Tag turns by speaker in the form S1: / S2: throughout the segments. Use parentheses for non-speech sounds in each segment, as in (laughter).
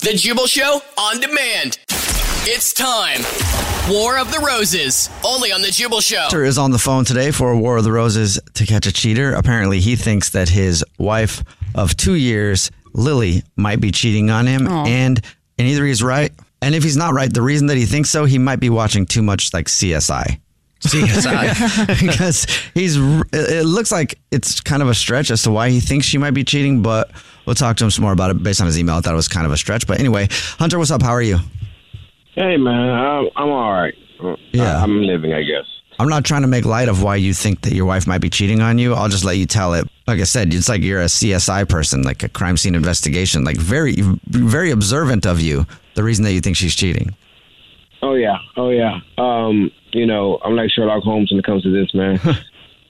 S1: The Jubal Show on demand. It's time. War of the Roses, only on The Jubal Show.
S2: Hunter is on the phone today for a War of the Roses to catch a cheater. Apparently, he thinks that his wife of two years, Lily, might be cheating on him, and and either he's right, and if he's not right, the reason that he thinks so, he might be watching too much like CSI. CSI, (laughs) because he's. r- It it looks like it's kind of a stretch as to why he thinks she might be cheating, but we'll talk to him some more about it based on his email. I thought it was kind of a stretch, but anyway, Hunter, what's up? How are you?
S3: Hey man, I'm I'm all right.
S2: Yeah.
S3: I, I'm living, I guess.
S2: I'm not trying to make light of why you think that your wife might be cheating on you. I'll just let you tell it. Like I said, it's like you're a CSI person, like a crime scene investigation, like very, very observant of you. The reason that you think she's cheating.
S3: Oh yeah, oh yeah. Um, you know, I'm like Sherlock Holmes when it comes to this, man.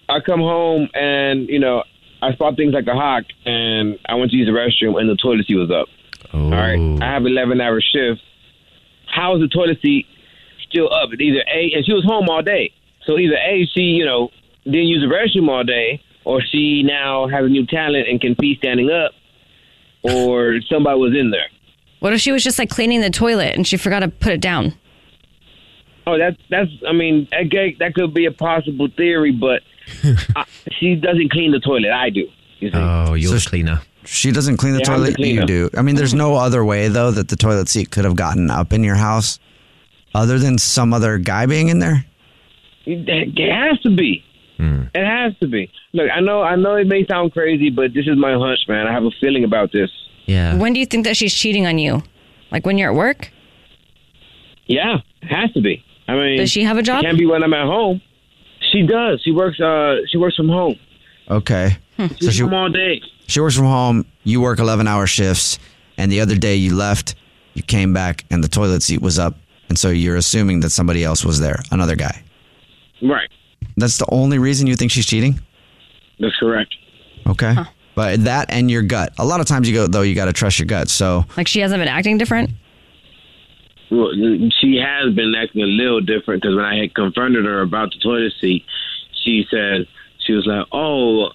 S3: I come home and you know I spot things like a hawk, and I went to use the restroom, and the toilet seat was up. All right, I have 11 hour shift. How is the toilet seat still up? It's Either A, and she was home all day, so either A, she you know didn't use the restroom all day, or she now has a new talent and can pee standing up, or somebody was in there.
S4: What if she was just like cleaning the toilet and she forgot to put it down?
S3: Oh, that's that's. I mean, that gay, that could be a possible
S2: (laughs)
S3: theory, but I, she doesn't clean the toilet. I do. You see?
S5: Oh, you're cleaner.
S2: She doesn't clean the
S3: Yeah, I'm the
S2: toilet. You
S3: cleaner.
S2: do. I mean, there's no other way though that the toilet seat could have gotten up in your house, other than some other guy being in there.
S3: It it has to be.
S2: Hmm.
S3: It has to be. Look, I know, I know, it may sound crazy, but this is my hunch, man. I have a feeling about this.
S5: Yeah.
S4: When do you think that she's cheating on you? Like when you're at work?
S3: Yeah, it has to be. I mean,
S4: Does she have a
S3: it
S4: job?
S3: can't be when I'm at home. She does. She works. Uh, she works from home.
S2: Okay. So
S3: She's
S2: she
S3: home all day.
S2: she works from home. You work 11 hour shifts, and the other day you left, you came back, and the toilet seat was up, and so you're assuming that somebody else was there, another guy.
S3: Right.
S2: That's the only reason you think she's cheating?
S3: That's correct.
S2: Okay. But that and your gut. A lot of times you go, though, you got to trust your gut. So,
S4: Like she hasn't been acting different?
S3: Well, she has been acting a little different because when I had confronted her about the toilet seat, she said she was like, "Oh,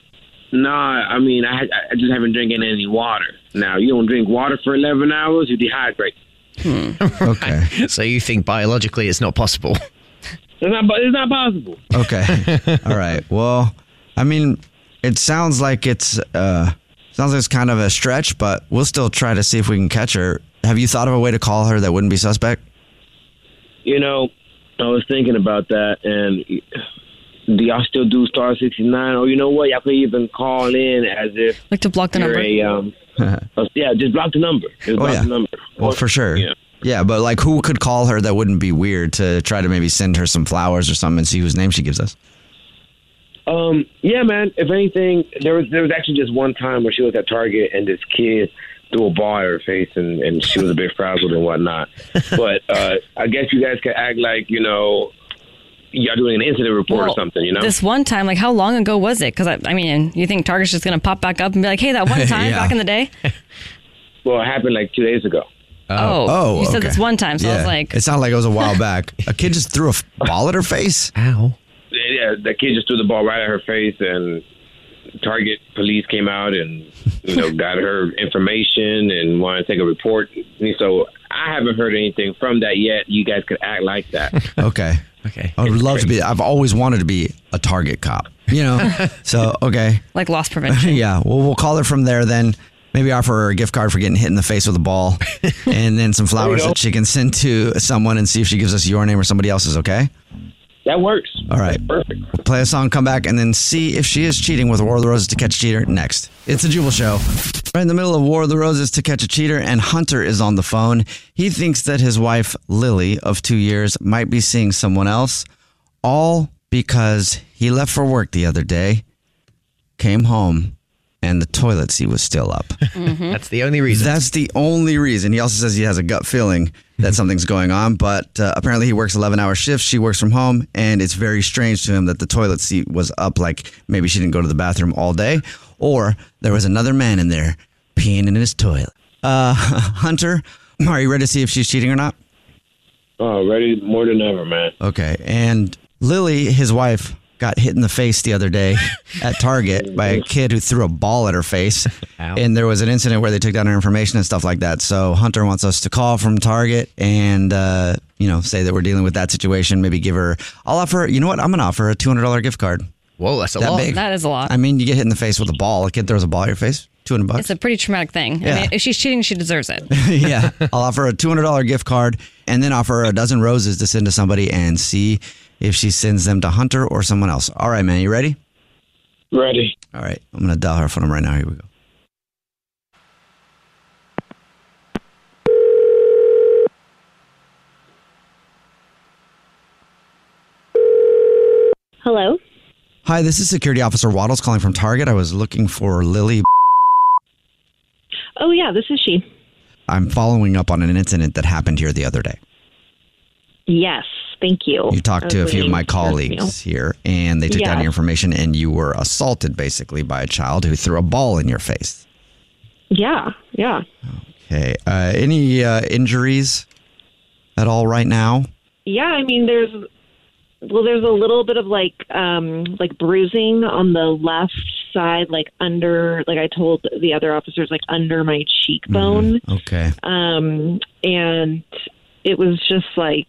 S3: nah, I mean, I I just haven't drinking any water. Now you don't drink water for eleven hours, you dehydrate.
S2: okay.
S5: So you think biologically it's not
S2: (laughs)
S5: possible?
S3: It's not, it's not possible.
S2: okay. All right. Well, I mean, it sounds like it's, uh, sounds like it's kind of a stretch, but we'll still try to see if we can catch her. Have you thought of a way to call her that wouldn't be suspect? (laughs)
S3: You know, I was thinking about that, and do y'all still do star sixty nine? Or you know what, y'all could even call in as if
S4: Like to block the
S3: you're
S4: number?
S3: a um, a- yeah, just block the number. Just block
S2: Oh, yeah.
S3: the number.
S2: Well, for sure.
S3: Yeah.
S2: Yeah, but like, who could call her that wouldn't be weird to try to maybe send her some flowers or something and see whose name she gives us?
S3: Um, yeah, man. If anything, there was there was actually just one time where she was at Target and this kid threw a ball at her face and, and she was a bit frazzled and whatnot. But uh, I guess you guys could act like you know y'all doing an incident report
S4: Well,
S3: or something. You know,
S4: This one time, like how long
S2: (laughs)
S4: ago was it? Because I, I mean, you think Target's just gonna pop back up and be like, "Hey, that one time
S2: Yeah.
S4: back in the day."
S3: Well, it happened like two days ago.
S4: Oh,
S2: Oh,
S4: you said
S2: okay.
S4: this one time, so I was
S2: Yeah.
S4: like,
S2: it sounded like it was a while back. A kid just threw a f- ball at her face.
S5: Ow.
S3: Yeah, the kid just threw the ball right at her face, and Target police came out and you know got her information and wanted to take a report. And so I haven't heard anything from that yet. You guys could act like that.
S2: Okay.
S5: Okay.
S2: I would love to be. I've always wanted to be a target cop. You know.
S4: (laughs)
S2: so okay.
S4: (laughs) like
S2: (laughs)
S4: loss prevention.
S2: Yeah. Well, we'll call her from there then. Maybe offer her a gift card for getting hit in the face with a
S4: (laughs)
S2: ball, and then some flowers that she can send to someone and see if she gives us your name or somebody else's. Okay.
S3: that works.
S2: All right.
S3: Perfect.
S2: We'll play a song, come back, and then see if she is cheating with War of the Roses to catch a cheater next. It's a Jubal show. Right in the middle of War of the Roses to catch a cheater, and Hunter is on the phone. He thinks that his wife, Lily, of two years, might be seeing someone else, all because he left for work the other day, came home, and the toilet seat was still up.
S5: (laughs) That's the only reason. Mm-hmm.
S2: That's the only reason. He also says he has a gut feeling that something's going on, but uh, apparently he works 11 hour shifts. She works from home, and it's very strange to him that the toilet seat was up. Like maybe she didn't go to the bathroom all day, or there was another man in there peeing in his toilet. Uh, (laughs) Hunter, are you ready to see if she's cheating or not?
S3: Oh, ready more than ever, man.
S2: Okay. And Lily, his wife, got hit in the face the other day at Target by a kid who threw a ball at her face.
S5: Ow.
S2: And there was an incident where they took down her information and stuff like that. So Hunter wants us to call from Target and, uh, you know, say that we're dealing with that situation. Maybe give her, I'll offer, you know what? I'm going to offer her a $200 gift card.
S5: Whoa, that's a
S2: That
S5: lot.
S2: big.
S4: That is a lot.
S2: I mean, you get hit in the face with a ball. A kid throws a ball at your face, 200 bucks.
S4: It's a pretty traumatic thing.
S2: Yeah.
S4: I mean, if she's cheating, she deserves
S2: (laughs)
S4: it.
S2: yeah. I'll offer a $200 gift card and then offer a dozen roses to send to somebody and see if she sends them to Hunter or someone else. All right, man. You ready?
S3: Ready.
S2: All right. I'm going to dial her phone number right now. Here we go.
S6: Hello.
S2: Hi, this is Security Officer Waddles calling from Target. I was looking for Lily.
S6: Oh yeah, this is she.
S2: I'm following up on an incident that happened here the other day.
S6: Yes, thank you.
S2: You talked to a few of my colleagues here, and they took down
S6: Yeah.
S2: your information, and you were assaulted basically by a child who threw a ball in your face.
S6: Yeah, yeah,
S2: Okay. Uh, any uh, injuries at all right now?
S6: yeah. I mean, there's well, there's a little bit of like um like bruising on the left side, like under, like I told the other officers, like under my
S2: Mm-hmm.
S6: cheekbone,
S2: Okay.
S6: um, and it was just like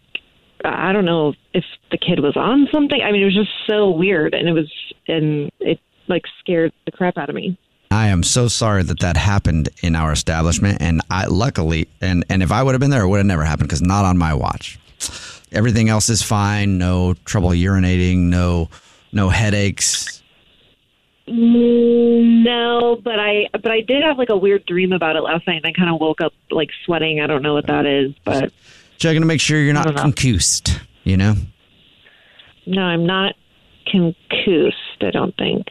S6: I don't know if the kid was on something. I mean, it was just so weird, and it was and it like scared the crap out of me.
S2: I am so sorry that that happened in our establishment, and I luckily, and and if I would have been there, it would have never happened because not on my watch. Everything else is fine. No trouble urinating. No, no headaches.
S6: Mm, No, but I but I did have like a weird dream about it last night, and I kind of woke up like sweating. I don't know what that is, but
S2: Checking to make sure you're not
S6: don't know.
S2: concussed. You know.
S6: no, I'm not concussed. I don't think.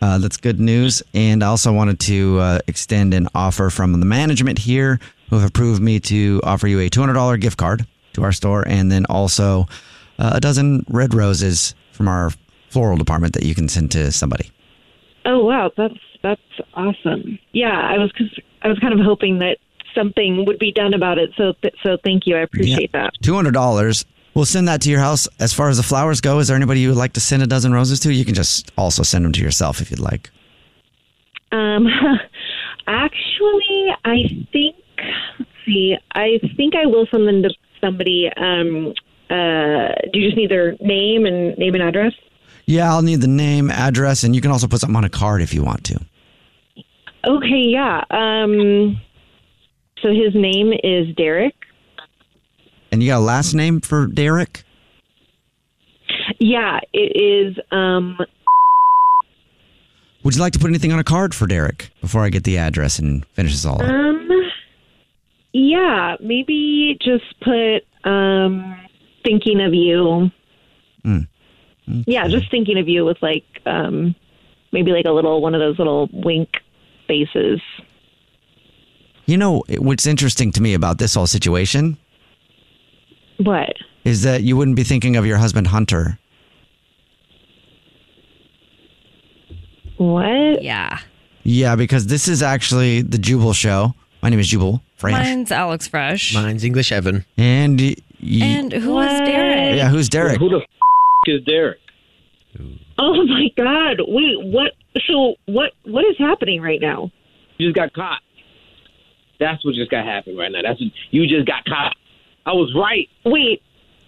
S2: Uh, that's good news. And I also wanted to uh, extend an offer from the management here who have approved me to offer you a $200 gift card to our store and then also uh, a dozen red roses from our floral department that you can send to somebody.
S6: Oh wow, that's that's awesome. Yeah, I was cause I was kind of hoping that something would be done about it. So th- so thank you, I appreciate that.
S2: $200. We'll send that to your house. As far as the flowers go, is there anybody you would like to send a dozen roses to? You can just also send them to yourself if you'd like.
S6: Um, (laughs) actually, I think. Let's see. I think I will send them to somebody. Um, uh, do you just need their name and name and address?
S2: Yeah, I'll need the name, address, and you can also put something on a card if you want to.
S6: Okay, yeah. Um, so his name is Derek.
S2: And you got a last name for Derek?
S6: Yeah, it is. Um,
S2: Would you like to put anything on a card for Derek before I get the address and finish this all up?
S6: um, yeah, maybe just put um, thinking of you. Yeah, just thinking of you with like um, maybe like a little one of those little wink faces.
S2: You know, it- what's interesting to me about this whole situation
S6: What?
S2: is that you wouldn't be thinking of your husband, Hunter.
S6: What?
S4: Yeah.
S2: Yeah, because this is actually the Jubal show. My name is Jubal Frank.
S4: Mine's Alex Fresh.
S5: Mine's English Evan.
S2: And y- y-
S4: And who was Derek?
S2: yeah, who's Derek?
S3: Who the f- is Derek?
S6: Oh my God! Wait, what? So what? What is happening right now?
S3: You just got caught. That's what just got happened right now. That's what, you just got caught. I was right.
S6: Wait,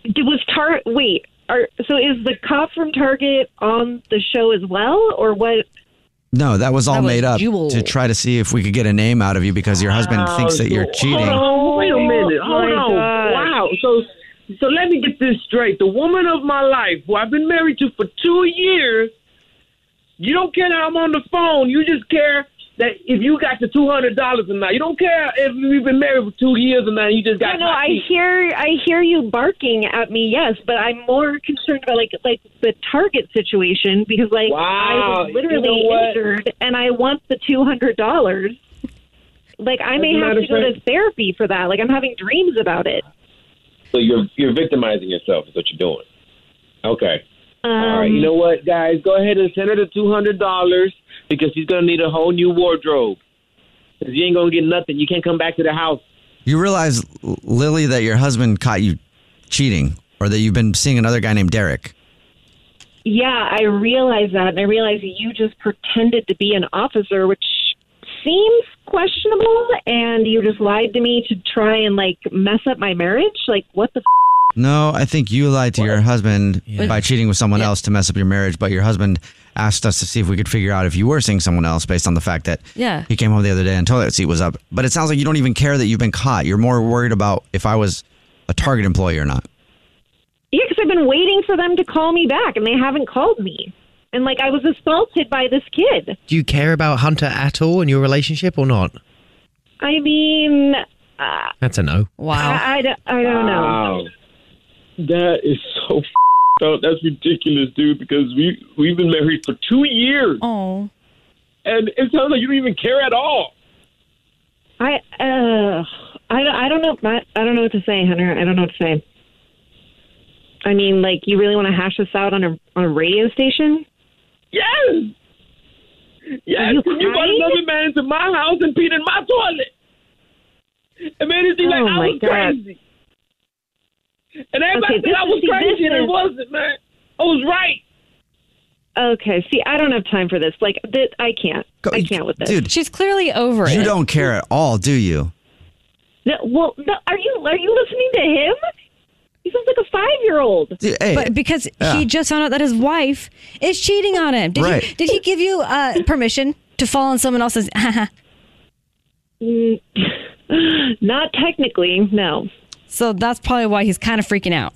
S6: did, was Tar? Wait, are, so is the cop from Target on the show as well, or what?
S2: No, that was all
S4: That was
S2: made up
S4: Jubal.
S2: to try to see if we could get a name out of you because your husband thinks that you're cheating.
S3: Oh, wait a minute. Hold
S6: my
S3: on.
S6: God.
S3: Wow. So so let me get this straight. The woman of my life, who I've been married to for two years, you don't care that I'm on the phone. You just care that if you got the two hundred dollars or not. You don't care if we've been married for two years or not. You just
S6: No,
S3: got.
S6: no, I hear, I hear you barking at me. Yes, but I'm more concerned about like, like the Target situation because like
S3: Wow,
S6: I was
S3: you
S6: literally
S3: know what?
S6: injured and I want the two hundred dollars. Like I
S3: As a
S6: may have
S3: matter
S6: to
S3: of
S6: go to
S3: fact-
S6: therapy for that. Like I'm having dreams about it.
S3: So you're you're victimizing yourself. Is what you're doing. Okay.
S6: Um,
S3: All right, you know what, guys? Go ahead and send her the two hundred dollars because she's gonna need a whole new wardrobe. Cause you ain't gonna get nothing. You can't come back to the house.
S2: You realize, L- Lily, that your husband caught you cheating or that you've been seeing another guy named Derek.
S6: Yeah, I realize that, and I realize you just pretended to be an officer, which seems questionable, and you just lied to me to try and like mess up my marriage. Like, what the? F-
S2: No, I think you lied to your husband by cheating with someone
S4: Yeah.
S2: else to mess up your marriage, but your husband asked us to see if we could figure out if you were seeing someone else based on the fact that
S4: Yeah.
S2: he came home the other day and toilet seat was up. But it sounds like you don't even care that you've been caught. You're more worried about if I was a Target employee or not.
S6: yeah, because I've been waiting for them to call me back, and they haven't called me. And like, I was assaulted by this kid.
S5: Do you care about Hunter at all in your relationship or not?
S6: I mean, uh,
S5: That's a no.
S4: Wow.
S6: I, I, don't- I don't know.
S3: that is so. F- up. That's ridiculous, dude. Because we we've been married for two years,
S4: Oh.
S3: and it sounds like you don't even care at all.
S6: I, uh, I, don't- I don't know. I, I don't know what to say, Hunter. I don't know what to say. I mean, like, you really want to hash this out on a on a radio station?
S3: Yes, yes.
S6: Are you
S3: You, you brought
S6: crying?
S3: another man into my house and peed in my toilet. And made it seem
S6: Oh,
S3: like I
S6: my
S3: was
S6: God.
S3: crazy. And everybody
S6: Okay,
S3: said
S6: this
S3: I
S6: is-
S3: was
S6: see,
S3: crazy,
S6: this
S3: and it
S6: is-
S3: wasn't, man. I was right.
S6: Okay. See, I don't have time for this. Like, th- I can't.
S2: Go-
S6: I can't with this.
S2: Dude,
S4: She's clearly over it.
S2: you don't care at all, do you?
S6: No, well, no, are you are you listening to him? He sounds like a five year old.
S2: Dude, hey, (laughs)
S4: But because
S2: Yeah.
S4: he just found out that his wife is cheating on him. Did
S2: Right.
S4: he did he give you uh, permission to fall on someone else's (laughs)
S6: Mm. (laughs) Not technically, no.
S4: So that's probably why he's kind of freaking out.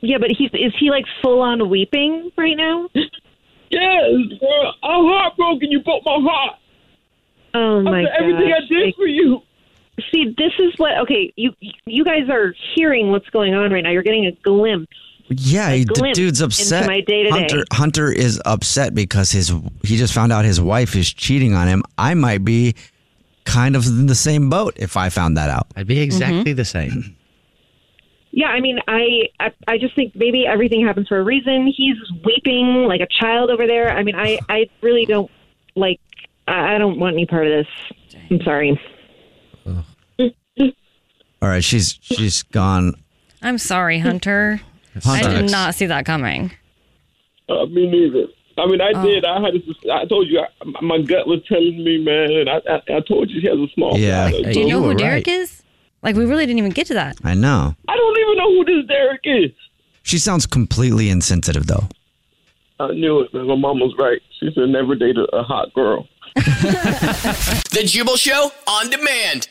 S6: Yeah, but he's is he like full on weeping right now?
S3: Yes, girl. I'm heartbroken. You broke my heart.
S6: Oh my
S3: After everything
S6: gosh.
S3: I did for you.
S6: Like, see, this is what okay. You you guys are hearing what's going on right now. You're getting a glimpse.
S2: yeah, he- the
S6: glimpse
S2: dude's upset.
S6: into my day-to-day.
S2: Hunter, Hunter is upset because his he just found out his wife is cheating on him. I might be kind of in the same boat if I found that out.
S5: I'd be exactly the same.
S6: Yeah, I mean, I, I I just think maybe everything happens for a reason. He's weeping like a child over there. I mean, I I really don't like. I I don't want any part of this. I'm sorry.
S2: All right, she's she's gone.
S4: I'm sorry, Hunter. I
S2: Hunter,
S4: did not see that coming.
S3: Uh, me neither. I mean, I
S6: Oh.
S3: did. I had. A, I told you. I, my gut was telling me, man. And I, I, I told you she has a small.
S2: Yeah.
S3: bladder.
S4: Do you,
S5: you
S4: know
S5: were
S4: who
S5: right.
S4: Derek is? Like we really didn't even get to that.
S2: I know.
S3: I don't even know who this Derek is.
S2: She sounds completely insensitive though.
S3: I knew it. Man. My mom was right. She said never date a, a hot girl.
S1: The Jubal Show on demand.